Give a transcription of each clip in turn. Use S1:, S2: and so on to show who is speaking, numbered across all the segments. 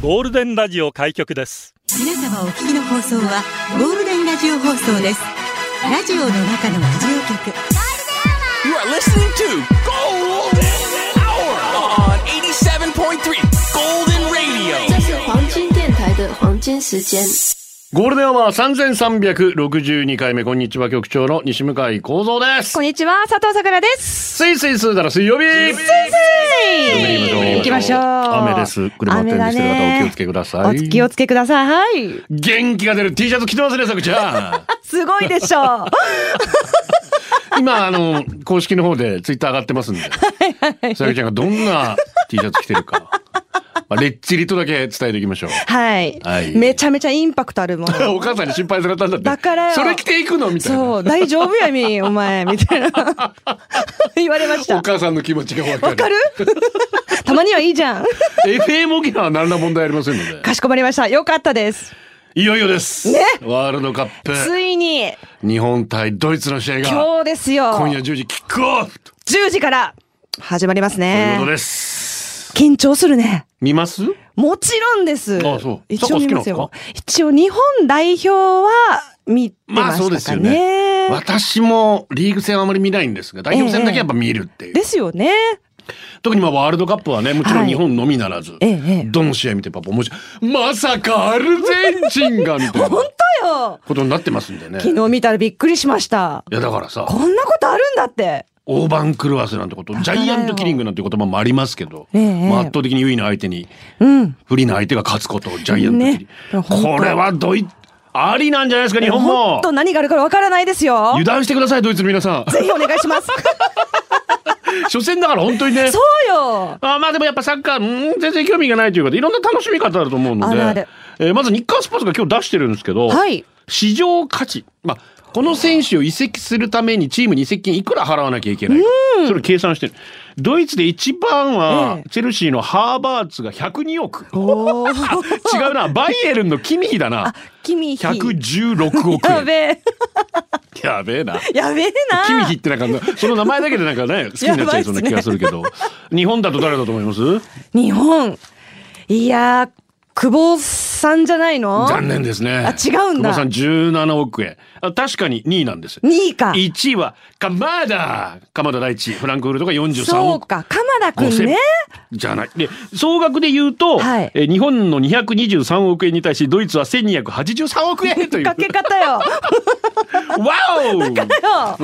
S1: ゴールデンラジオ開局です
S2: 皆様お聞きの放送はゴールデンラジオ放送ですラジオの中のラジオ局
S3: You are listening to Golden Hour on 87.3 Golden Radio.
S4: 这是黄金电台的黄金时间。
S5: ゴールデンアワー3362回目、こんにちは、局長の西向井幸三です
S6: こん。にちは、佐藤さくらです。
S5: スイスイスーだら水曜日
S6: 行きましょう。
S5: 雨です。車運転してる方お気をつけくださ
S6: お
S5: い。
S6: 気をつけください。はい。
S5: 元気が出る T シャツ着てますね、さくちゃ
S6: すごい でしょう。
S5: ん。今、あの、公式の方でツイッター上がってますんで。さくちゃんがどんな T シャツ着てるか。まあ、れっちりとだけ伝えていきましょう。
S6: はい、
S5: はい
S6: めちゃめちゃインパクトあるもの。
S5: お母さんに心配されたんだって。
S6: だからよ
S5: それ着ていくのみたいな。
S6: そう、大丈夫やみ、お前、みたいな。 言われまし
S5: お
S6: た。
S5: 母さんの気持ちがわかる。
S6: わかる たまにはいいじゃん。
S5: FM 沖縄は何ら問題ありません ので。
S6: かしこまりました。よかったです。
S5: いよいよです。
S6: ね
S5: ワールドカップ。
S6: ついに、
S5: 日本対ドイツの試合が
S6: 今日ですよ。
S5: 今夜10時キックオフと
S6: 10時から始まります
S5: いう
S6: ね
S5: こ。とです。
S6: 緊張するね。
S5: 見ます
S6: もちろんです。
S5: あそう
S6: 一応見ます
S5: サッカー好きなんで。
S6: よ一応日本代表は見て
S5: ま
S6: ま
S5: あそうで
S6: し
S5: す
S6: たか
S5: よ
S6: ね。
S5: ね。私もリーグ戦はあまり見ないんですが、代表戦だけやっぱ見るっていう。
S6: ですよね。
S5: 特にまあワールドカップはね、もちろ
S6: は
S5: ん
S6: い
S5: 日本のみならず、
S6: ええええ
S5: どの試合見てもやっぱ面白い。まさかアルゼンチンがみたいな
S6: 本当よ。
S5: ことになってますんでね。
S6: 昨日見たらびっくりしました。
S5: いやだからさ、
S6: こんなことあるんだって。
S5: 大番狂わせなんてこと、ジ
S6: から
S5: ャイ
S6: よ
S5: アントキリングなんて言葉もありますけど、
S6: ええ
S5: まあ圧倒的に優位な相手に
S6: うん。
S5: 不利な相手が勝つことジャイアントキリング
S6: ね本当
S5: これはドイありなんじゃないですか日本
S6: 本
S5: も
S6: 当何があるかわからないですよ
S5: 油。断してくださいドイツの皆さん
S6: ぜひお願い します。
S5: 初戦だから本当にね
S6: そうよ。
S5: あーまあでもやっぱサッカーうーん全然興味がないというかいろんな楽しみ方あると思うので
S6: あるある
S5: えーまず日刊スポーツが今日出してるんですけど、
S6: はい
S5: 市場価値、まあ、この選手を移籍するためにチームに移籍金いくら払わなきゃいけないかそれを計算してるドイツで一番は
S6: ええ
S5: チェルシーのハーバーツが102億、
S6: おお。
S5: 違うなバイエルンのキミヒだな
S6: 君ひ。
S5: 116億円
S6: やべえ。
S5: やべえな。
S6: やべえな。
S5: キミヒってなんか、その名前だけでなんかね、好きになっちゃいそうな気がするけど。日本だと誰だと思います
S6: 日本。いやー、久保さんじゃないの
S5: 残念ですね。
S6: あ違うん
S5: 久
S6: だ
S5: 保さん17億円。あ確かに2位なんです。
S6: 2位か。
S5: 1位は、鎌田鎌田大地、フランクフルトが43
S6: そう
S5: 億。
S6: か、鎌田くん
S5: 5000
S6: ね。
S5: じゃない。で、総額で言うと、
S6: はい
S5: え日本の223億円に対し、ドイツは1283億円という。
S6: かけ 方よ。
S5: わお
S6: よ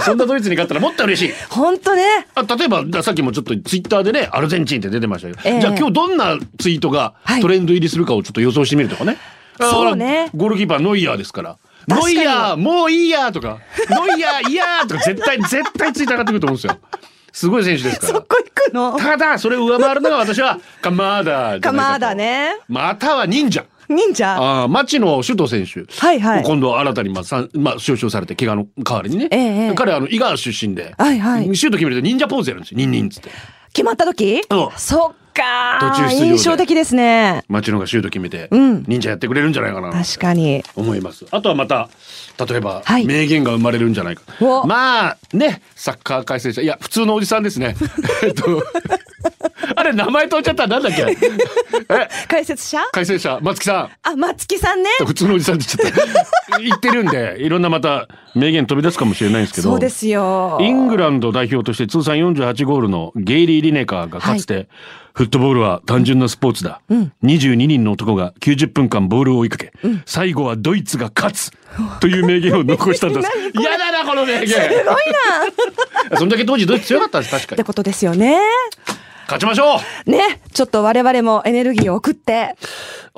S5: そんなドイツに勝ったらもっと嬉しい。
S6: ほんとね。
S5: あ例えばださっきもちょっとツイッターでねアルゼンチンって出てましたけど、
S6: ええ
S5: じゃあ今日どんなツイートが
S6: はい
S5: トレンド入りするかをちょっと予想してみるとかね、あ
S6: そうね
S5: ゴールキーパーノイヤーですから「
S6: 確
S5: ノ
S6: か
S5: イ
S6: に
S5: ヤーもういいや」とか 「ノイヤーいやー」とか絶対絶対ツイッター上がってくると思うんですよすごい選手ですか
S6: そ
S5: ら
S6: こ行くの
S5: ただそれを上回るのが私はカマーダ
S6: かまだね。
S5: または忍者
S6: 忍者
S5: ああ町野首藤選手
S6: はいはい
S5: 今度は新たにまあ、さんまあ、招集されて怪我の代わりにね、
S6: ええええ
S5: 彼はあの伊賀出身で、
S6: はいはい
S5: シュート決めると忍者ポーズやるんですよ「ニンニン」っつって
S6: 決まった時
S5: うん
S6: そっか
S5: 途中
S6: ー
S5: 出場で
S6: 印象的ですね。
S5: 町野がシュート決めて、
S6: ん
S5: 忍者やってくれるんじゃないかな
S6: 確かに。
S5: 思いますあとはまた例えば、
S6: はい
S5: 名言が生まれるんじゃないか
S6: お
S5: まあねサッカー解説者いや普通のおじさんです ねえっとあれ名前通っちゃったなんだ っけえ
S6: 解説者
S5: 解説者松木さん
S6: あ、松木さんね。
S5: 普通のおじさんって言っちゃった。言ってるんで、いろんなまた名言飛び出すかもしれないんですけど。
S6: そうですよ。
S5: イングランド代表として通算48ゴールのゲイリー・リネカーがかつて、フットボールは単純なスポーツだ。22人の男が90分間ボールを追いかけ、最後はドイツが勝つという名言を残したん です。嫌だな、この名言すごいな そんだけ当時ドイツ強かったんです、確か
S6: って
S5: に。
S6: ことですよね。
S5: 勝ちましょう
S6: ね。ちょっと我々もエネルギーを送って。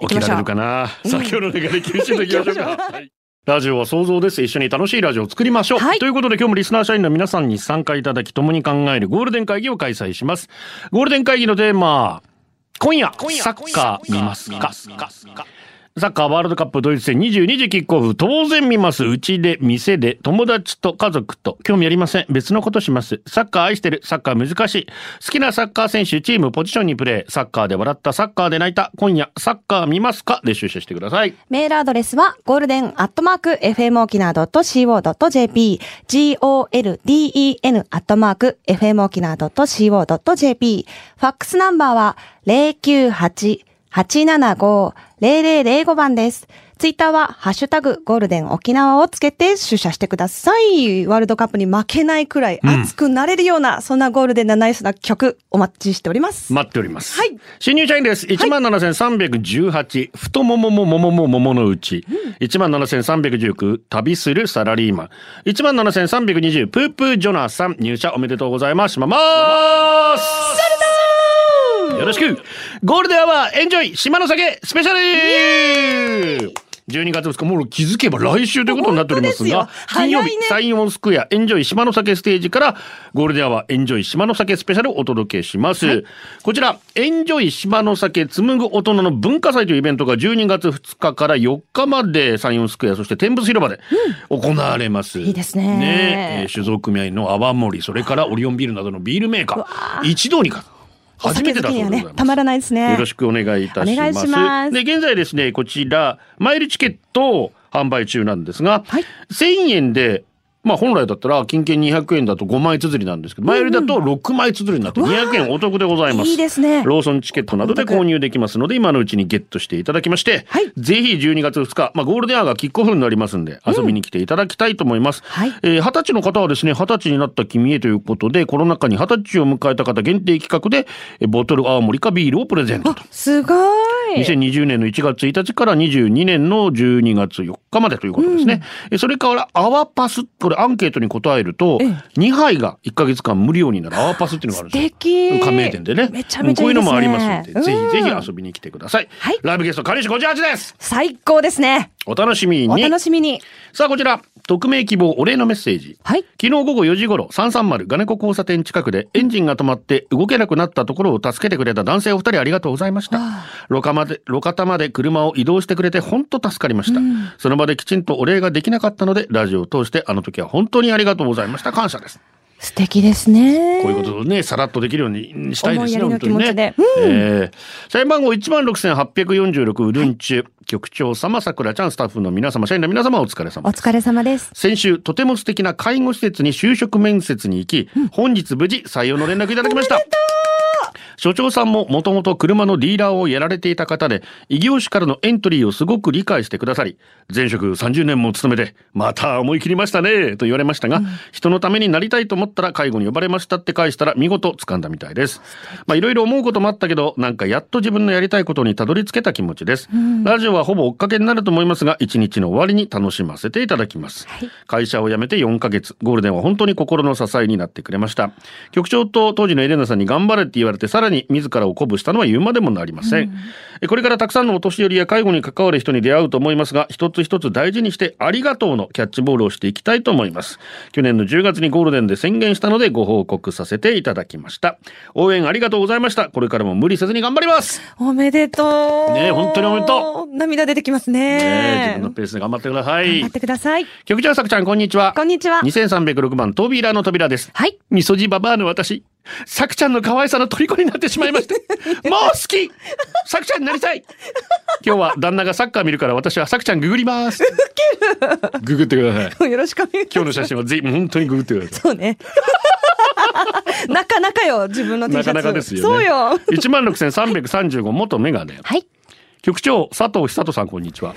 S5: 起きられるかな。さあ、今日の流れ厳しいといきましょうか。はいラジオは想像です。一緒に楽しいラジオを作りましょう。
S6: はい
S5: ということで今日もリスナー社員の皆さんに参加いただき、共に考えるゴールデン会議を開催します。ゴールデン会議のテーマ、今夜、サッカー見ますかサッカーワールドカップドイツ戦22時キックオフ。当然見ます。うちで、店で、友達と家族と。興味ありません。別のことします。サッカー愛してる。サッカー難しい。好きなサッカー選手、チーム、ポジションにプレー。サッカーで笑った。サッカーで泣いた。今夜、サッカー見ますかで出社してください。
S6: メールアドレスは、ゴールデンアットマーク、fmokina.co.jp、golden アットマーク、fmokina.co.jp、ファックスナンバーは、098-875-0005番です。ツイッターは、ハッシュタグ、ゴールデン沖縄をつけて出社してください。ワールドカップに負けないくらい熱くなれるような、そんなゴールデンなナイスな曲、お待ちしております。
S5: 待っております。
S6: はい
S5: 新入社員です。一万七千三百十八、太もももももももものうち。一万七千三百十九、旅するサラリーマン。一万七千三百二十、プープージョナさん、入社おめでとうございます。しまます。よろしく。ゴールデンアワー、エンジョイ、島の酒、スペシャル。12月2日、もう気づけば来週ということになっておりますが
S6: 本当で、すよ
S5: 金曜日
S6: 早いね、
S5: サイオンスクエアエンジョイ島の酒ステージからゴールデンはエンジョイ島の酒スペシャルをお届けします、こちらエンジョイ島の酒紡ぐ大人の文化祭というイベントが12月2日から4日までサイオンスクエアそして天仏広場で行われます、
S6: いいですね
S5: ねえー酒造組合の泡盛それからオリオンビールなどのビールメーカー一堂にか
S6: お
S5: 初めて
S6: 酒好
S5: だ
S6: き
S5: そう
S6: に
S5: で
S6: は
S5: ござい
S6: ね
S5: ま、す
S6: たまらないですね。
S5: よろしくお願いいたし
S6: お願
S5: ま
S6: い
S5: す。
S6: します
S5: で、現在ですね、こちら、参りチケット販売中なんですが、
S6: はい
S5: 1000円で、まあ本来だったら金券200円だと5枚綴りなんですけど、前よりだと6枚綴りになって200円お得でございます。
S6: いいですね
S5: ローソンチケットなどで購入できますので、今のうちにゲットしていただきまして、
S6: はい
S5: ぜひ12月2日、まあゴールデンアワーがキックオフになりますんで、遊びに来ていただきたいと思います。
S6: はい
S5: えー、20歳の方はですね、20歳になった君へということで、コロナ禍に20歳を迎えた方限定企画で、えーボトル青森かビールをプレゼントと。
S6: すごい。
S5: 2020年の1月1日から22年の12月4日までということですね。えそれから、アワパス、これアンケートに答えると、2杯が1ヶ月間無料になるアワパスっていうのがあるんですよ。
S6: 素敵
S5: 加盟店でね。
S6: めちゃめちゃ
S5: うんこういうのもあ
S6: い
S5: り
S6: いで
S5: ます
S6: ね
S5: すので、ぜひぜ
S6: うん
S5: ひ遊びに来てください。
S6: はい
S5: ライブゲスト、金石58です
S6: 最高ですね。
S5: お楽しみ
S6: お
S5: に
S6: 楽しみに。
S5: さあこちら、匿名希望お礼のメッセージ。
S6: はい
S5: 昨日午後4時頃、330金子交差点近くでエンジンが止まって動けなくなったところを助けてくれた男性お二人ありがとうございました。路肩まで、路肩まで車を移動してくれて本当助かりました、その場できちんとお礼ができなかったので、ラジオを通してあの時は本当にありがとうございました。感謝です。
S6: 素敵ですね。
S5: こういうことをね、さらっとできるようにしたいですね、本
S6: 思いやり
S5: 当
S6: の
S5: にね。
S6: 気持
S5: ええ社員番号16,846うるんちゅ、局長様、さくらちゃん、スタッフの皆様、社員の皆様、お疲れ様
S6: お疲れ様です。
S5: 先週、とても素敵な介護施設に就職面接に行き、本日無事採用の連絡いただきました。所長さんももともと車のディーラーをやられていた方で、異業種からのエントリーをすごく理解してくださり、前職30年も勤めて、また思い切りましたね、と言われましたが、人のためになりたいと思ったら介護に呼ばれましたって返したら見事掴んだみたいです。まあいろいろ思うこともあったけど、なんかやっと自分のやりたいことにたどり着けた気持ちです。ラジオはほぼ追っかけになると思いますが、一日の終わりに楽しませていただきます。会社を辞めて4ヶ月、ゴールデンは本当に心の支えになってくれました。局長と当時のエレナさんに頑張れって言われて、さらに自らを鼓舞したのは言うまでもなりません。えこれからたくさんのお年寄りや介護に関わる人に出会うと思いますが、一つ一つ大事にして、ありがとうのキャッチボールをしていきたいと思います。去年の10月にゴールデンで宣言したので、ご報告させていただきました。応援ありがとうございました。これからも無理せずに頑張ります。
S6: おめでとう。
S5: ねえ本当におめでと
S6: う。涙出てきますね。
S5: ねえ自分のペースで頑張ってください。
S6: 待ってください。
S5: 局長さくちゃん、こんにちは。
S6: こんにちは。
S5: 2306番、扉の扉です。
S6: はい。
S5: みそじババアの私、さくちゃんの可愛さの虜になってしまいました。 もう好きさくちゃんになりたい今日は旦那がサッカー見るから私はさくちゃんググります。ググってください。
S6: よろしくお願いし
S5: 今
S6: ま
S5: 日の写真はぜひ、本当にググってください。
S6: す。そうね。 なかなかよ、自分の T シャ
S5: な
S6: ツ。
S5: かなかですよね。
S6: そうよ。
S5: 16,335元メガネ。
S6: はい。
S5: 局長、佐藤久人さん、こんにちは。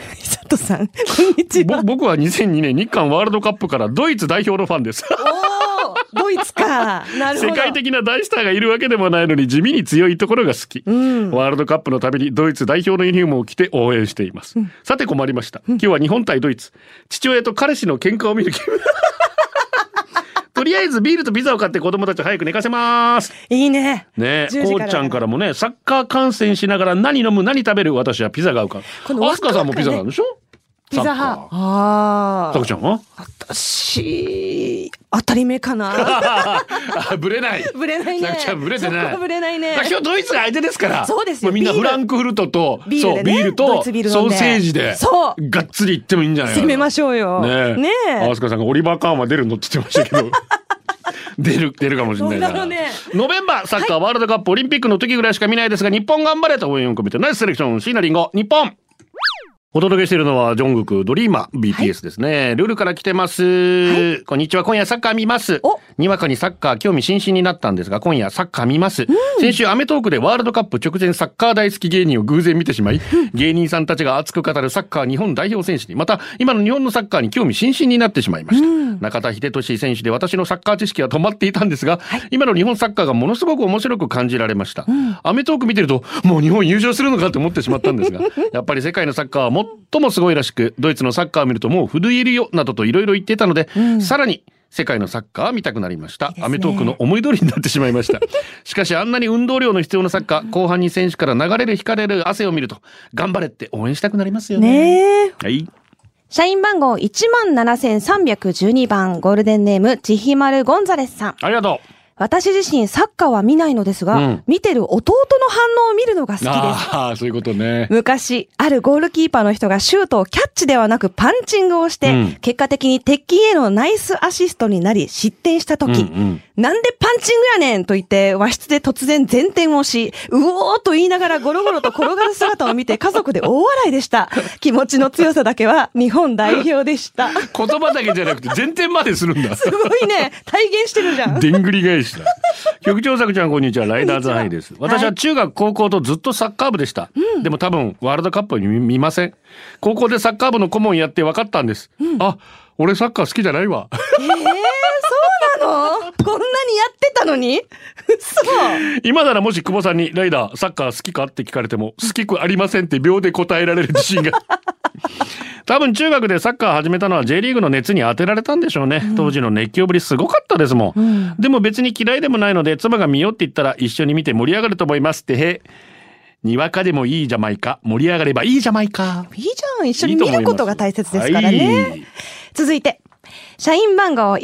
S6: 佐藤さん、こんにち
S5: ぼ
S6: は。
S5: 僕は2002年日韓ワールドカップからドイツ代表のファンです。
S6: おードイツか。なるほど。
S5: 世界的な大スターがいるわけでもないのに地味に強いところが好き、ワールドカップのたびにドイツ代表のユニフォームを着て応援しています、さて困りました今日は日本対ドイツ父親と彼氏の喧嘩を見る気分とりあえずビールとピザを買って子供たちを早く寝かせ ます
S6: いいね。
S5: ねえ
S6: 10時
S5: こ
S6: ら
S5: うちゃんからもねサッカー観戦しながら何飲む何食べる私はピザが合うか
S6: この
S5: らアスカさんもピザなんでしょ
S6: ピザ
S5: サッカ
S6: 派。
S5: ー
S6: ああ
S5: さく。ちゃんは
S6: 私、当たり目かな
S5: あぶれない。
S6: ぶれないね
S5: さきちゃんぶれて
S6: そ
S5: な
S6: こ
S5: い。
S6: ぶれないね
S5: まあ今日ドイツが相手ですから。
S6: そうですよ
S5: もみんな
S6: ビー
S5: フ
S6: ル
S5: ランクフルトと
S6: ビール
S5: そう
S6: でね
S5: ビール
S6: ドイ
S5: と
S6: ツビール飲
S5: ソ
S6: ん
S5: ー
S6: で
S5: セージで
S6: そう
S5: がっつりいってもいいんじゃないかな
S6: 攻めましょうよ
S5: ねえ。
S6: ねえ
S5: あすかさんがオリバーカーンは出るのって言ってました けど。出る出るかもしれない
S6: どうだろ
S5: な。
S6: うね
S5: ノベンバーサッカーワールドカップオリンピックの時ぐらいしか見ないですが日本頑張れと応援を込めてナイスセレクションシーナリンゴ日本。お届けしているのはジョングクドリーマー BTS ですね、ルールから来てます、こんにちは今夜サッカー見ます
S6: お
S5: にわかにサッカー興味津々になったんですが今夜サッカー見ます、先週アメトークでワールドカップ直前サッカー大好き芸人を偶然見てしまい芸人さんたちが熱く語るサッカー日本代表選手にまた今の日本のサッカーに興味津々になってしまいました、中田英寿選手で私のサッカー知識は止まっていたんですが、今の日本サッカーがものすごく面白く感じられました、アメトーク見てるともう日本優勝するのかと思ってしまったんですが やっぱり世界のサッカーは最もすごいらしくドイツのサッカーを見るともう震えるよなどといろいろ言っていたので、さらに世界のサッカーは見たくなりました
S6: ですね
S5: アメトークの思い通りになってしまいました しかしあんなに運動量の必要なサッカー後半に選手から流れる引かれる汗を見ると頑張れって応援したくなりますよね
S6: ねえ
S5: はい
S6: 社員番号17312番、ゴールデンネーム、ちひまるゴンザレスさん。
S5: ありがとう
S6: 私自身サッカーは見ないのですが、
S5: うん
S6: 見てる弟の反応を見るのが好きです。
S5: ああそういうことね
S6: 昔、あるゴールキーパーの人がシュートをキャッチではなくパンチングをして、
S5: うん
S6: 結果的に鉄筋へのナイスアシストになり失点した時、
S5: うんうん
S6: なんでパンチングやねんと言って和室で突然前転をし、うおーと言いながらゴロゴロと転がる姿を 見て家族で大笑いでした。気持ちの強さだけは日本代表でした。
S5: 言葉だけじゃなくて前転までするんだ
S6: すごいね。体現してるじゃん。
S5: でんぐり返 しだ。局長作ちゃんこんにちは。ライダーズハイです。私は中学高校とずっとサッカー部でした。でも多分ワールドカップに見見ません。高校でサッカー部の顧問やって分かったんです。あ、俺サッカー好きじゃないわ。
S6: ええそうなのこんなにやってたのにそう。
S5: 今ならもし久保さんにライダーサッカー好きかって聞かれても好きくありませんって秒で答えられる自信 が。多分中学でサッカー始めたのは J リーグの熱に当てられたんでしょうね。当時の熱狂ぶりすごかったですもん。でも別に嫌いでもないので妻が見ようって言ったら一緒に見て盛り上がると思いますってへ。にわかでもいいじゃないか。盛り上がればいいじゃないか。
S6: いいじゃん。一緒
S5: い
S6: に
S5: いと
S6: 見
S5: 思います
S6: ることが大切ですからね。
S5: はい
S6: 続いて。社員番号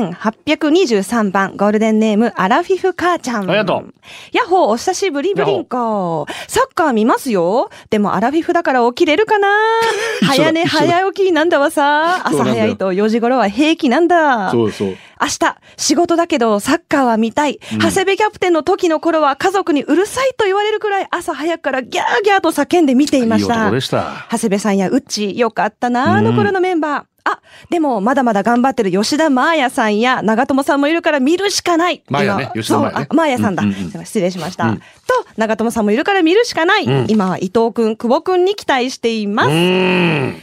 S6: 13,823番、ゴールデンネーム、アラフィフ母ちゃん。
S5: ありがとう。
S6: ヤッホー、お久しぶり、ブリン コ。サッカー見ますよ。でも、アラフィフだから起きれる かな早寝、
S5: 一緒だ
S6: 早起きなんだわさ。
S5: そうなん
S6: 朝
S5: だよ
S6: 早いと4時頃は平気なんだ。
S5: そうそう。
S6: 明日、仕事だけどサッカーは見たい。長谷部キャプテンの時の頃は家族にうるさいと言われるくらい朝早くからギャーギャーと叫んで見ていました。
S5: いい男でした。
S6: 長谷部さんやうっち、よかったな、あの頃のメンバー。あ、でも、まだまだ頑張ってる吉田麻也さんや長友さんもいるから見るしかない。
S5: 麻也ね
S6: 今
S5: 吉田麻也ね
S6: そう、あ麻也さんだ。
S5: うんうん
S6: すいません失礼しました、と、長友さんもいるから見るしかない。今は伊藤くん、久保くんに期待しています。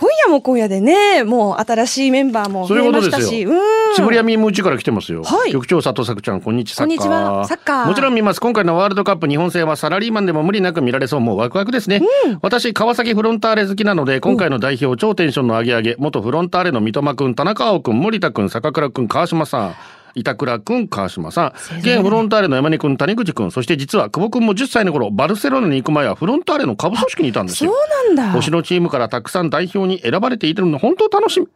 S6: 今夜も今夜でね、もう新しいメンバーも増えました
S5: そうい
S6: し、
S5: うこ
S6: うん
S5: つぶりやみむうちから来てますよ。
S6: はい
S5: 局長佐藤作ちゃん、こんにちは。
S6: こんにちはサッカー
S5: もちろん見ます。今回のワールドカップ日本戦はサラリーマンでも無理なく見られそう。もうワクワクですね。私、川崎フロンターレ好きなので、今回の代表、超テンションの上げ上げ、元フロンターレの三笘くん、田中碧くん、森田くん、坂倉くん、川島さん。板倉くん、川島さん。現フロンターレの山根くん、谷口くん、そして実は久保くんも10歳の頃、バルセロナに行く前はフロンターレの下部組織にいたんです
S6: そう
S5: よ。
S6: なんだ。
S5: 星のチームからたくさん代表に選ばれているの本当楽しみ。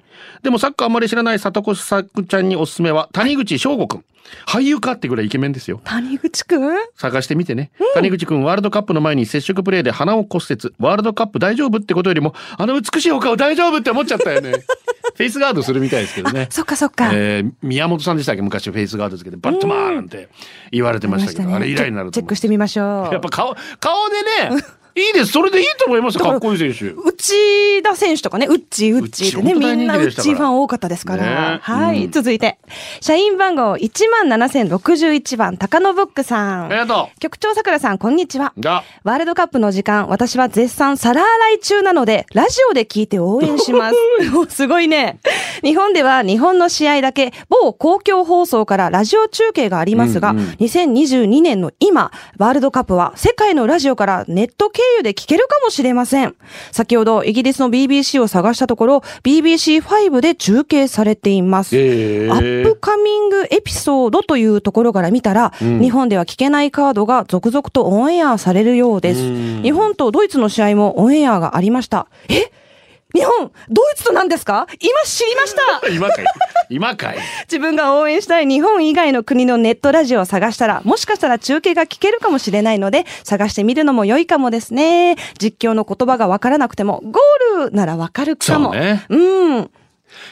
S5: でもサッカーあまり知らない里子さくちゃんにおすすめは谷口翔吾くん。俳優かってぐらいイケメンですよ。
S6: 谷口くん
S5: 探してみてね。谷口くんワールドカップの前に接触プレーで鼻を骨折。ワールドカップ大丈夫ってことよりも、あの美しいお顔大丈夫って思っちゃったよ ね。フェイスガードするみたいですけどね。
S6: そっかそっか。
S5: えー宮本さんでしたっけ昔フェイスガードつけてバットマンって言われてましたけど、あれ以来になると
S6: チェ
S5: 思
S6: ッ
S5: う
S6: クしてみましょう。
S5: やっぱ顔顔でねいいですそれでいいと思いますよかっこいい選手
S6: 内田選手とかね、うっちーうっちーってね、
S5: うっちー本当
S6: み
S5: 大人気
S6: んなうっ
S5: でした
S6: ち
S5: から
S6: ーファン多かったですから。
S5: ね
S6: はい、
S5: うん
S6: 続いて。社員番号17,061番、高野ブックさ
S5: あ
S6: ん
S5: り。がと
S6: 局長さくらさん、こんにちは
S5: う。だ
S6: ワールドカップの時間、私は絶賛皿洗い中なので、ラジオで聞いて応援します。おすごいね。日本では日本の試合だけ、某公共放送からラジオ中継がありますが、
S5: うんうん
S6: 2022年の今、ワールドカップは世界のラジオからネット経由で聞けるかもしれません。先ほどイギリスの BBC を探したところ、BBC5 で中継されています。
S5: え
S6: アップカミングエピソードというところから見たら、日本では聞けないカードが続々とオンエアされるようです。日本とドイツの試合もオンエアがありました。え日本、ドイツと何ですか今知りました
S5: 今かい今かい
S6: 自分が応援したい日本以外の国のネットラジオを探したら、もしかしたら中継が聞けるかもしれないので、探してみるのも良いかもですね。実況の言葉がわからなくても、ゴールならわかるかも。
S5: そうね
S6: うん。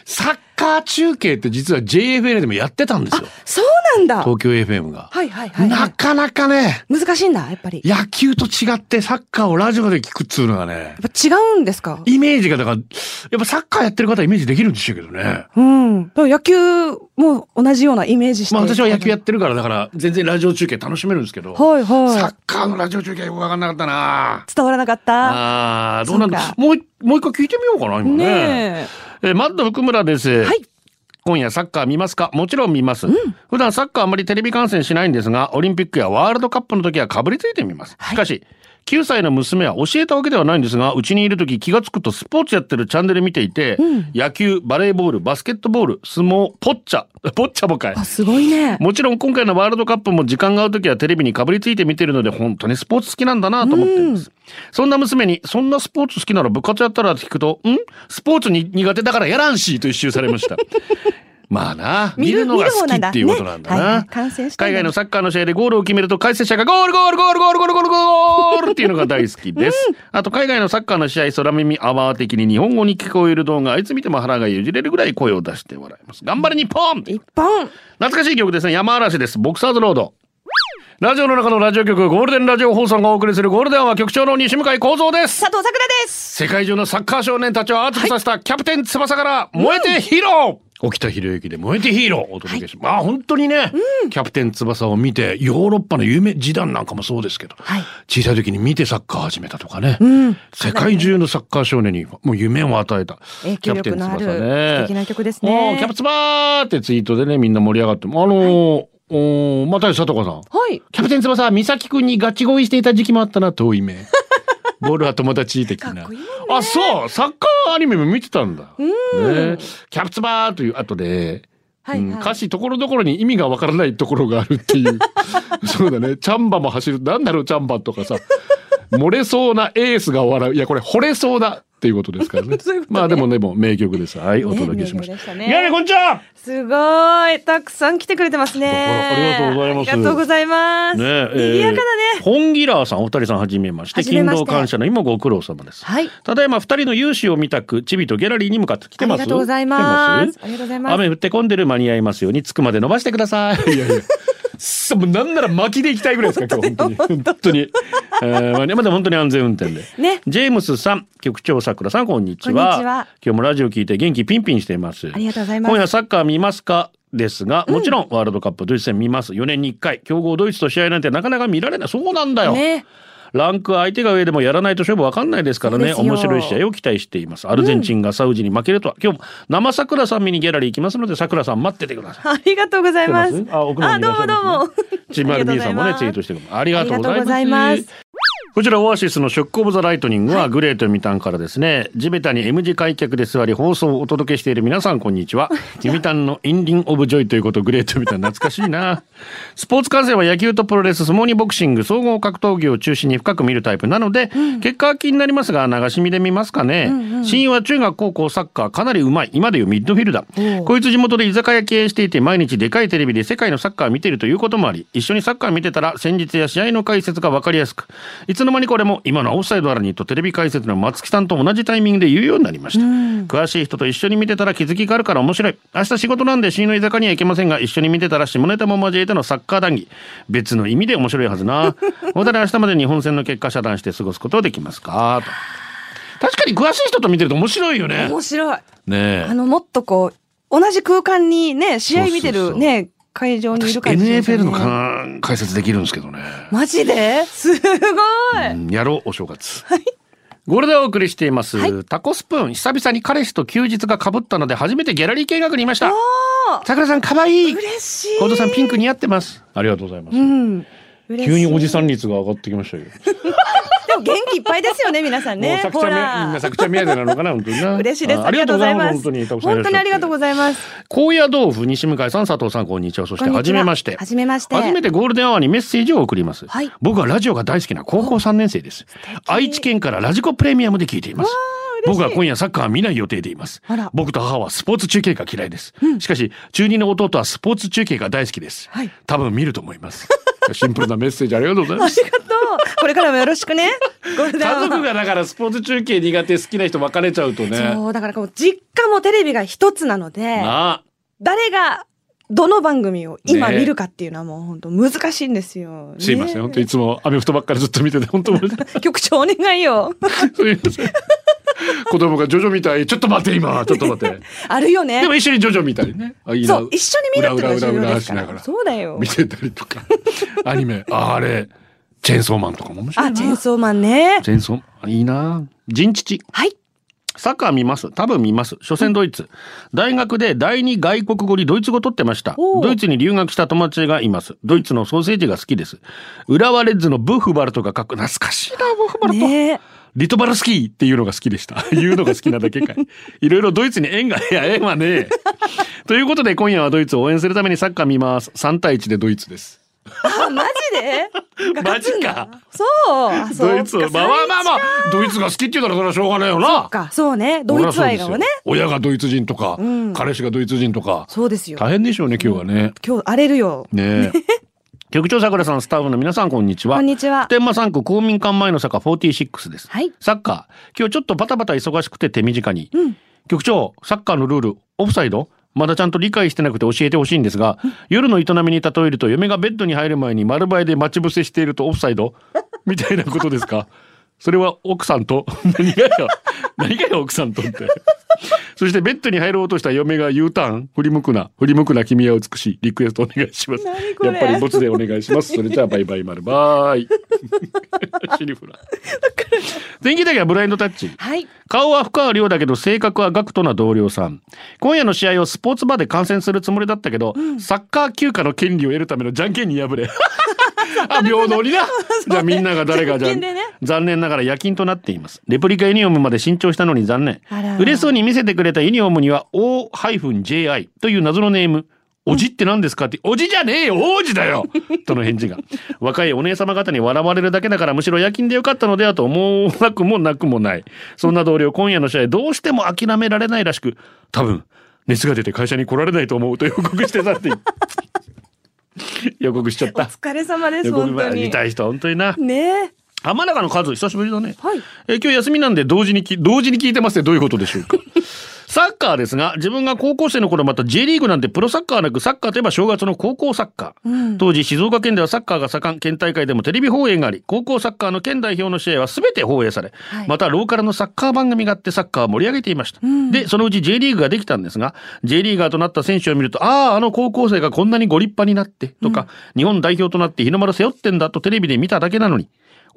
S5: サッカー中継って実は JFN でもやってたんですよ
S6: そうなんだ。は
S5: 東京 FM が、
S6: いはいはい、は。
S5: ないかなかね
S6: 難しいんだ、やっぱり。や
S5: 野球と違ってサッカーをラジオで聞くっつうのがね
S6: っぱ違うんですか
S5: イメージがだからやっぱサッカーやってる方はイメージできるんでしょうけどね
S6: うん。だから野球も同じようなイメージして。
S5: まあ私は野球やってるからだから全然ラジオ中継楽しめるんですけど、
S6: はい
S5: サ
S6: は。
S5: ッカーのラジオ中継よくわかんなかったない
S6: 伝わらなかった。
S5: ああーどうなん
S6: そう
S5: だ
S6: か
S5: もう一もう一回聞いてみようかな今ね
S6: ねえ。
S5: えーマッド福村です、
S6: はい
S5: 今夜サッカー見ますかもちろん見ます、普段サッカーあまりテレビ観戦しないんですがオリンピックやワールドカップの時はかぶりついてみます、しかし9歳の娘は教えたわけではないんですがうちにいる時気がつくとスポーツやってるチャンネル見ていて、野球バレーボールバスケットボール相撲ポッチャポッチャもかい
S6: あ、すごいね。
S5: もちろん今回のワールドカップも時間が合う時はテレビにかぶりついて見てるので本当にスポーツ好きなんだなと思っています。そんな娘に、そんなスポーツ好きなら部活やったらって聞くと、んスポーツに苦手だからやらんしと一周されました。まあな、見るのが好きっていうことなんだ
S6: ねはいは。
S5: ない
S6: 観戦してる
S5: 海
S6: んだ
S5: 外のサッカーの試合でゴールを決めると解説者がゴールゴールゴールゴールゴールゴールゴールっていうのが大好きです。あと海外のサッカーの試合空耳アワー的に日本語に聞こえる動画、いつ見ても腹がゆじれるぐらい声を出して笑います。頑張れ日本
S6: 一本。
S5: 懐かしい曲ですね山嵐ですボクサーズロードラジオの中のラジオ局ゴールデンラジオ放送がお送りするゴールデンは局長の西向井光三です
S6: 佐藤さくらです。
S5: 世界中のサッカー少年たちを熱くさせたキャプテン翼から燃えてヒーロー、沖田博之で燃えてヒーローお届けします、まあ本当にね、キャプテン翼を見てヨーロッパの有名時団なんかもそうですけど、
S6: はい
S5: 小さい時に見てサッカー始めたとかね、
S6: うん。
S5: 世界中のサッカー少年にもう夢を与えた
S6: 影響力のある素敵な曲ですね
S5: もうキャプツバーってツイートでねみんな盛り上がってもあのーおー又吉聡子さん
S6: はい。
S5: キャプテン翼美咲くんにガチ恋していた時期もあったな遠い目 ボールは友達的な
S6: かっこいいね
S5: あそうサッカーアニメも見てたんだ、ね、キャプツバーという後で
S6: は
S5: う
S6: い、
S5: ん
S6: はい。
S5: 歌詞ところどころに意味がわからないところがあるって いうそうだねチャンバも走るなんだろうチャンバとかさ漏れそうなエースが笑ういやこれ惚れそうだっていうことですから ねまあでもでも名曲ですはいお届けしました,、
S6: 名曲でしたね
S5: 宮根こんにちは
S6: すごい。たくさん来てくれてますね。
S5: ありがとうございます
S6: ありがとうございます。
S5: ねえ
S6: 賑やかだね。
S5: 本ギラーさんお二人さんはじめまして
S6: はじめ
S5: 勤
S6: まして
S5: 労感謝の今ご苦労様です
S6: はい。
S5: ただいま二人の勇姿を見たくチビとギャラリーに向かって来てます
S6: ありがとうございます
S5: 来て
S6: ありがとうございます
S5: 雨降って混んでる間に合いますように着くまで伸ばしてくださ いいやいやそうもうなんなら巻きで行きたいぐらいですか今日 本当に本当に、えーまあねまだ本当に安全運転で
S6: ね。
S5: ジェームスさん、局長さくらさん、こんにちは。
S6: こんにちは
S5: 今日もラジオ聞いて元気ピンピンしています。
S6: ありがとうございます
S5: 今夜サッカー見ますかですが、もちろんワールドカップドイツ戦見ます。4年に1回、強豪ドイツと試合なんてなかなか見られない。そうなんだよ。
S6: ね。
S5: ランクは相手が上でもやらないと勝負わかんないですからね。
S6: そうで
S5: 面
S6: すよ
S5: 白い試合を期待しています。アルゼンチンがサウジに負けるとは。今日も生さくらさん見にギャラリー行きますので、さくらさん待っててください。
S6: ありがとうございます。
S5: 来てあ、奥の方にい
S6: ど
S5: らっ
S6: う
S5: しゃ
S6: も
S5: いますね ち
S6: どうも。
S5: まる B さんもね、ツイート
S6: し
S5: してくれますありがとうございます。
S6: ありがとうございます
S5: こちらオアシスのショックオブザライトニングはグレートミタンからですね、地べたに M 字開脚で座り放送をお届けしている皆さんこんにちは。ミタンのインリンオブジョイということグレートミタン懐かしい な。スポーツ観戦は野球とプロレス、相撲にボクシング、総合格闘技を中心に深く見るタイプなので、結果は気になりますが流し見で見ますかね。親友は中学高校サッカーかなりうまい。今でいうミッドフィルダー。こいつ地元で居酒屋経営していて毎日でかいテレビで世界のサッカーを見ているということもあり、一緒にサッカー見てたら戦術や試合の解説が分かりやすく、いつの間にこれも今のオフサイドあらにとテレビ解説の松木さんと同じタイミングで言うようになりました。詳しい人と一緒に見てたら気づきがあるから面白い。明日仕事なんで死の居酒屋には行けませんが、一緒に見てたら下ネタも交えてのサッカー談義。別の意味で面白いはず な。お二人明日まで日本戦の結果遮断して過ごすことはできますかと確かに詳しい人と見てると面白いよね。
S6: 面白い。
S5: ね
S6: あの、もっとこう、同じ空間にね、試合
S5: そ
S6: 見て
S5: うそう
S6: る
S5: そう
S6: ね、会場にい
S5: 私
S6: る感じですよ
S5: NFL
S6: ね
S5: のか解説できるんですけどね。
S6: マジですごい。
S5: うんやろうお正月。ゴールデンをお送りしています、タコスプーン久々に彼氏と休日がかぶったので初めてギャラリー見学にいましたさくらさんかわいい
S6: 嬉しい。
S5: 近藤さんピンク似合ってますありがとうございます、
S6: うん。嬉しい
S5: 急におじさん率が上がってきましたよ、
S6: でも元気いっぱいですよね、皆さん
S5: もう
S6: ね。
S5: さく
S6: ほ
S5: ちゃんみみん
S6: ら
S5: な。さくちゃん目当てなのかな本当にな
S6: 嬉しいです。
S5: あ
S6: あ
S5: あ
S6: り
S5: り
S6: が
S5: がとうご
S6: とうござ
S5: ざ
S6: い
S5: い
S6: ま。
S5: ますす
S6: 本
S5: たくさんいらっしゃって
S6: 当にありがとうございます。
S5: 高野豆腐西向井さん佐藤さんこんにちはそして
S6: こんにちは
S5: はじめまして
S6: はじめまして
S5: 初めてゴールデンアワーにメッセージを送ります、
S6: はい
S5: 僕はラジオが大好きな高校3年生です愛知県からラジコプレミアムで聞いています僕は今夜サッカーは見ない予定でいます
S6: あら
S5: 僕と母はスポーツ中継が嫌いです、しかし中二の弟はスポーツ中継が大好きです、
S6: はい
S5: 多分見ると思いますシンプルなメッセージありがとうござい
S6: あ
S5: ま
S6: り
S5: す
S6: がとう。これからもよろしくね。ゴールデンアワ
S5: 家
S6: ー
S5: 族がだからスポーツ中継苦手好きな人別れちゃうとねな
S6: そう、だからこう実家もテレビが一つなので、
S5: あ
S6: 誰がどの番組を今
S5: ね
S6: 見るかっていうのはもう本当難しいんですよ。
S5: すいません、本当いつもアメフトばっかりずっと見てて本当申し訳ない
S6: 当局長お願いよ。
S5: すいません子供がジョジョみたいちょっと待って今ちょっと待って
S6: あるよね
S5: で。も一緒にジョジョ見たりねあいいな
S6: そう、一緒に見るってことが重要ですか
S5: 裏裏裏裏しなが
S6: ら。
S5: ら
S6: そうだよ
S5: 見。てたりとかアニメああれチェーンソーマンとかも面白い
S6: あ、
S5: な
S6: チェンソーマンね。
S5: チェーンソーいいな人父
S6: はい。
S5: サッカー見ます多分見ます初戦ドイツ、大学で第二外国語にドイツ語取ってました
S6: おう
S5: ドイツに留学した友達がいますドイツのソーセージが好きです浦和レッズのブッフバルトがかっこ懐かしいなブッフバルト、
S6: ねえ
S5: リトバルスキーっていうのが好きでした。 言うのが好きなだけかい。いろいろドイツに縁が、いや、縁はねえ。 ということで今夜はドイツを応援するためにサッカー見ます。3対1でドイツです。
S6: あ、マジで
S5: マジか
S6: ガツンだそうあ。そう
S5: ドイツ、まあまあまあまあ、ドイツが好きって言うならそれはしょうがないよ
S6: そっ
S5: な。
S6: か、そうね。ドイツ愛が
S5: そりゃそう
S6: ね
S5: で。すよ親がドイツ人とか、
S6: ん
S5: 彼氏がドイツ人とか。
S6: そうですよ。
S5: 大変でしょうね、今日はね。
S6: 今日荒れるよ。
S5: ねえ。局長さくらさん、スタッフの皆さん、こんにちは。
S6: こんにちは
S5: 普天間産区公民館前の坂46です。
S6: はい
S5: サッカー、今日ちょっとバタバタ忙しくて手短に。
S6: うん
S5: 局長、サッカーのルール、オフサイドまだちゃんと理解してなくて教えてほしいんですが、夜の営みに例えると、嫁がベッドに入る前に丸映えで待ち伏せしているとオフサイ ドみたいなことですかそれは奥さんと 何がよ、何がよ奥さんとって。そしてベッドに入ろうとした嫁が U ターン、振り向くな、振り向くな君は美しい、リクエストお願いします。や
S6: 何これ
S5: っぱりボツでお願いします。それじゃあバイバイ丸バ イ。シリフラ。前期だけはブラインドタッチ。
S6: はい。
S5: 顔は深川亮だけど性格はガクトな同僚さん今夜の試合をスポーツバーで観戦するつもりだったけど、サッカー休暇の権利を得るためのじゃんけんに敗 れあ平等になじゃあみんなが誰がじゃ
S6: じゃ
S5: ん
S6: んけんでね
S5: 残念ながら夜勤となっていますレプリカユニフォームまで新調したのに残念
S6: あら
S5: 嬉しそうに見せてくれたユニフォームには O-JI という謎のネームおじって何ですかって、おじじゃねえよ王子だ よとの返事が。若いお姉様方に笑われるだけだからむしろ夜勤でよかったのではと思わなくもなくもない。そんな同僚、今夜の試合どうしても諦められないらしく、多分、熱が出て会社に来られないと思うと予告してたって いう。予告しちゃっ
S6: お
S5: た。
S6: 疲れ様です、
S5: 予
S6: 本
S5: 告
S6: 当に
S5: 見。たい人、本当にな。
S6: ねえ。
S5: 浜中の数、久しぶりだね。
S6: はい。
S5: えー今日休みなんで同時にき同時に聞いてますってどういうことでしょう かサッカーですが自分が高校生の頃また J リーグなんてプロサッカーなくサッカーといえば正月の高校サッカー、当時静岡県ではサッカーが盛ん県大会でもテレビ放映があり高校サッカーの県代表の試合は全て放映され、またローカルのサッカー番組があってサッカーを盛り上げていました、でそのうち J リーグができたんですが J リーガーとなった選手を見るとあああの高校生がこんなにご立派になってとか、日本代表となって日の丸背負ってんだとテレビで見ただけなのに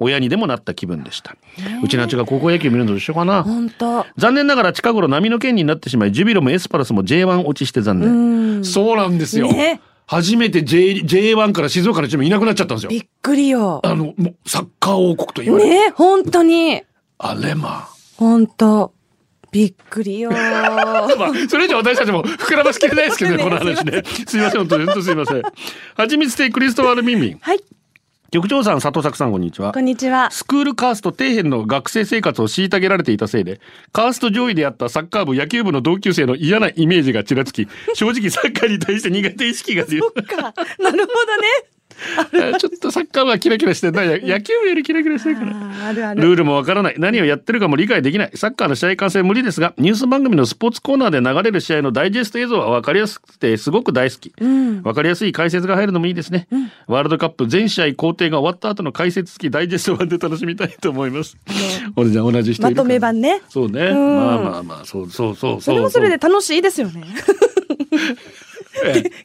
S5: 親にでもなった気分でした。うちのちが高校野球見るのと一緒かな。
S6: 本当。
S5: 残念ながら近頃波の県になってしまい、ジュビロもエスパルスも J1 落ちして残念。そうなんですよ。
S6: ね
S5: 初めて J、J1 から静岡のチームいなくなっちゃったんです
S6: び
S5: よ。
S6: っくりよ。
S5: あの、もうサッカー王国と言われる。
S6: ねえ、本当に。
S5: あれま
S6: 本当。びっ くりよ。
S5: あ。まあ、それ以上私たちも膨らますきれ ないですけどね、この話ね。すいません、本当に、本当すいません。はちみつ亭クリストワール・ミンミン。
S6: はい。
S5: 局長さん、佐藤作さん、こんにちは。
S6: こんにちは。
S5: スクールカースト底辺の学生生活を虐げられていたせいで、カースト上位であったサッカー部、野球部の同級生の嫌なイメージがちらつき、正直サッカーに対して苦手意識が強い。
S6: か。なるほどね。
S5: ちょっとサッカー部はキラキラしてない。や野球部よりキラキラしてるから。
S6: あーあるあ
S5: ル
S6: る。
S5: ールもわからない。何をやってるかも理解できない。サッカーの試合観戦無理ですが、ニュース番組のスポーツコーナーで流れる試合のダイジェスト映像はわかりやすくてすごく大好き。わかりやすい解説が入るのもいいですね。ワールドカップ全試合工程が終わった後の解説付きダイジェスト版で楽しみたいと思います。俺じゃん同じ人い
S6: ま
S5: るから
S6: とめ版ね。
S5: そうね。
S6: うん
S5: まあまあまあ、そうそうそう
S6: そうれもそれで楽しいですよね。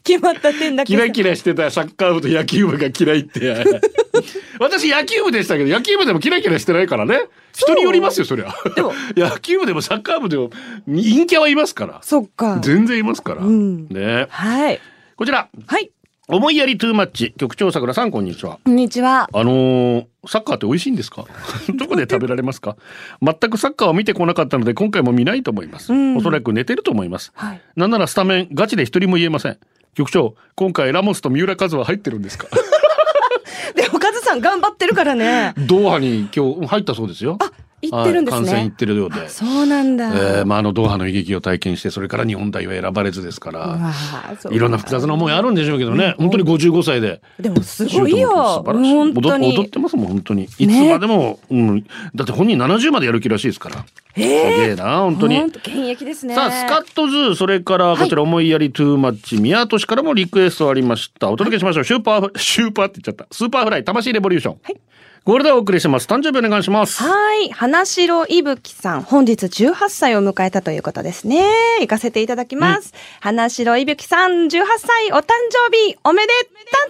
S6: 決まった点だけ。
S5: キラキラしてたサッカー部と野球部が嫌いって。 私野球部でしたけど、野球部でもキラキラしてないからね。人によりますよ、そりゃ。
S6: でも
S5: 野球部でもサッカー部でも陰キャはいますから。
S6: そっか。
S5: 全然いますから。
S6: ん
S5: ね。
S6: はい。
S5: こちら、
S6: はい。
S5: 思いやりトゥーマッチ、局長さくらさん、こんにちは。
S6: こんにちは。
S5: あのーサッカーって美味しいん ですかどこで食べられますか全くサッカーを見てこなかったので今回も見ないと思います、
S6: うん
S5: おそらく寝てると思います、
S6: はい
S5: なんならスタメンガチで一人も言えません局長今回ラモスと三浦和は入ってるんです か
S6: で、おかずさん頑張ってるからね。
S5: ドーハに今日入ったそうですよ
S6: あ、行ってるんですね
S5: はい観戦行ってるようで。
S6: あそうなんだ。
S5: えーまあ、あのドーハの悲劇を体験してそれから日本代表選ばれずですか
S6: うわ
S5: ら
S6: あそう
S5: いろんな複雑な思いあるんでしょうけどね、本当に55歳で
S6: でもすごいよ。
S5: 素晴らしい
S6: 本当
S5: 踊踊っ
S6: に。
S5: てますもん本当にいつまでも、うん、だって本人70までやる気らしいですから、すげえな本当に。
S6: 本当現役ですね。
S5: さあスカットズーそれからこちら思いやりトゥーマッチ、宮戸氏からもリクエストありましたお届けしましょう、シューパーフシューパーって言っちゃったスーパーフライ魂レボリューション、
S6: はい
S5: ゴールドお送りします誕生日お願いします
S6: はい。花城いぶきさん、本日18歳を迎えたということですね。行かせていただきます。花城いぶきさん、18歳、お誕生日、おめで、たんた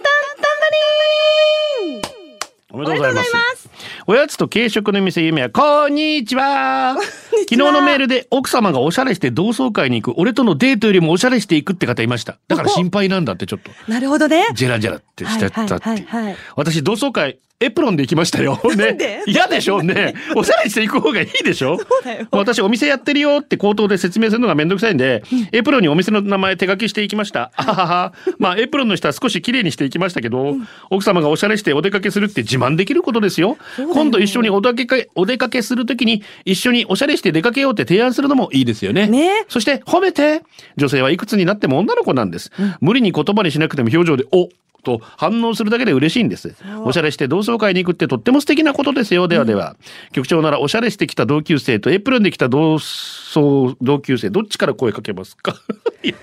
S6: んたんばり
S5: お
S6: ーんおめでとうございます。
S5: おやつと軽食の店夢はこんにちは昨日のメールで奥様がおしゃれして同窓会に行く俺とのデートよりもおしゃれしていくって方いましただから心配なんだってちょっと
S6: なるほどね。
S5: ジェラジェラってしちゃったっていう、
S6: はいはいはいはい
S5: 私同窓会エプロンで行きましたよ。
S6: なん
S5: ね
S6: で。
S5: 嫌でしょうね。おしゃれして行く方がいいでしょ
S6: うだよ
S5: 私お店やってるよって口頭で説明するのがめんどくさいんで、エプロンにお店の名前手書きしていきました。あはは。まあエプロンの下は少し綺麗にしていきましたけど、奥様がおしゃれしてお出かけするって自慢できることですよ。今度一緒にお出かけ、お出かけするときに一緒におしゃれして出かけようって提案するのもいいですよね。
S6: ね
S5: そして褒めて女性はいくつになっても女の子なんです。無理に言葉にしなくても表情で、おと反応するだけで嬉しいんです。おしゃれして同窓会に行くってとっても素敵なことですよ。ではでは。局長ならおしゃれしてきた同級生とエプロンできた同窓、同級生、どっちから声かけますか いや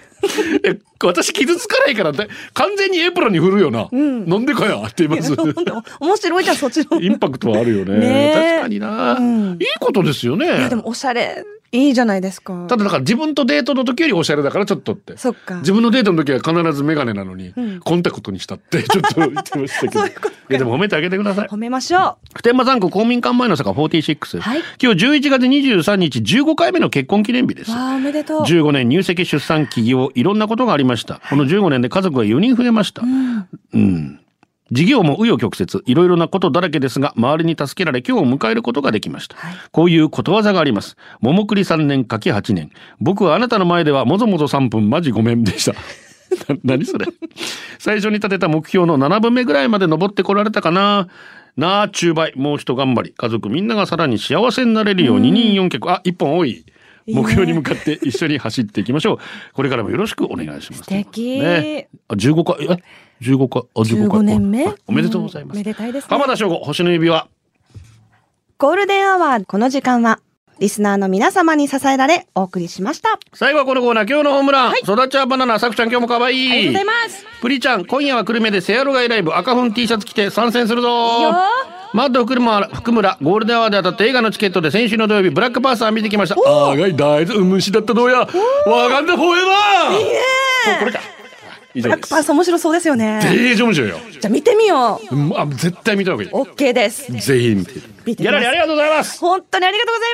S5: え私傷つかないからだ完全にエプロンに振るよな。なんでかやって言います。
S6: 本当面白いじゃん、そっちの。
S5: インパクトはあるよね。
S6: ねえ
S5: 確かにな、
S6: うん
S5: いいことですよ
S6: い
S5: ね
S6: や、で。もおしゃれ、いいじゃないですか。
S5: ただだから自分とデートの時よりおしゃれだからちょっとって。
S6: そっか。
S5: 自分のデートの時は必ずメガネなのに、コンタクトにした ってちょっと言ってましたけど。
S6: そういうことか
S5: やでも褒めてあげてください
S6: 褒。めましょ
S5: 普天間産区公民館前の坂46。
S6: はい
S5: 今日11月23日15回目の結婚記念日です
S6: う。。わあ、おめでとう。
S5: 15年入籍出産起業いろんなことがありましたこの15年で家族が4人増えましたうん、事業も紆余曲折いろいろなことだらけですが周りに助けられ今日を迎えることができました、こういうことわざがあります桃栗3年柿8年僕はあなたの前ではもぞもぞ3分マジごめんでしたな何それ最初に立てた目標の7分目ぐらいまで登ってこられたかななあ中倍もうひと頑張り家族みんながさらに幸せになれるよう二人四脚あ一本多い目標に向かって一緒に走っていきましょう。これからもよろしくお願いします。
S6: 素敵
S5: ね、あ15回え15回あ15回
S6: 15年目
S5: あおめでとうございます。
S6: うんめでたいですね
S5: 浜田省吾星の指輪
S6: ゴールデンアワー、この時間は、リスナーの皆様に支えられ、お送りしました。
S5: 最後はこのコーナー今日のホームラン、育ちはバナナさくちゃん今日も可愛い
S6: ありがとうございます。
S5: プリちゃん今夜は久留米でセアロガイライブ赤粉 T シャツ着て参戦するぞ
S6: いいよ
S5: マッド福村福村ゴールデンアワーで当たった映画のチケットで先週の土曜日ブラックパーサー見てきましたあーがい大豆虫だったどうやわかんだフォーエバーいいねこれか以上
S6: ブラッ
S5: で
S6: ク
S5: す
S6: パース面白そうですよね。
S5: デージ面白いよ
S6: じゃあ見てみよう。
S5: うんあ絶対見た方がいい
S6: OK です。
S5: ぜひ見て
S6: 見てみ
S5: ギャラ
S6: ま
S5: リーあり
S6: す。
S5: がとうございます
S6: 本当にありがとうござい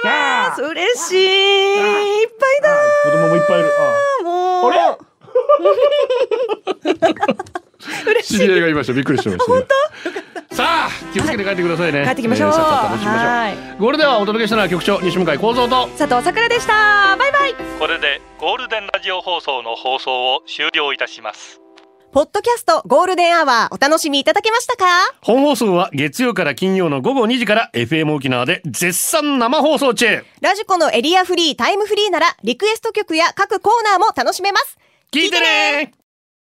S6: ます。嬉しい。いっぱいだ。
S5: 子供もいっぱいいる
S6: もう。
S5: あれ知り合いがいましたびっくりしてました本当さあ気をつけて帰ってくださいね、
S6: 帰ってきましょう
S5: えーさっさと楽しみましょう
S6: はい
S5: ゴールデンはお届けしたのは局長西向井光三と
S6: 佐藤さくらでした。バイバイ。
S1: これでゴールデンラジオ放送の放送を終了いたします
S7: ポッドキャストゴールデンアワーお楽しみいただけましたか
S5: 本放送は月曜から金曜の午後2時から FM 沖縄で絶賛生放送中
S7: ラジコのエリアフリー、タイムフリーならリクエスト曲や各コーナーも楽しめます。
S5: 聞いてね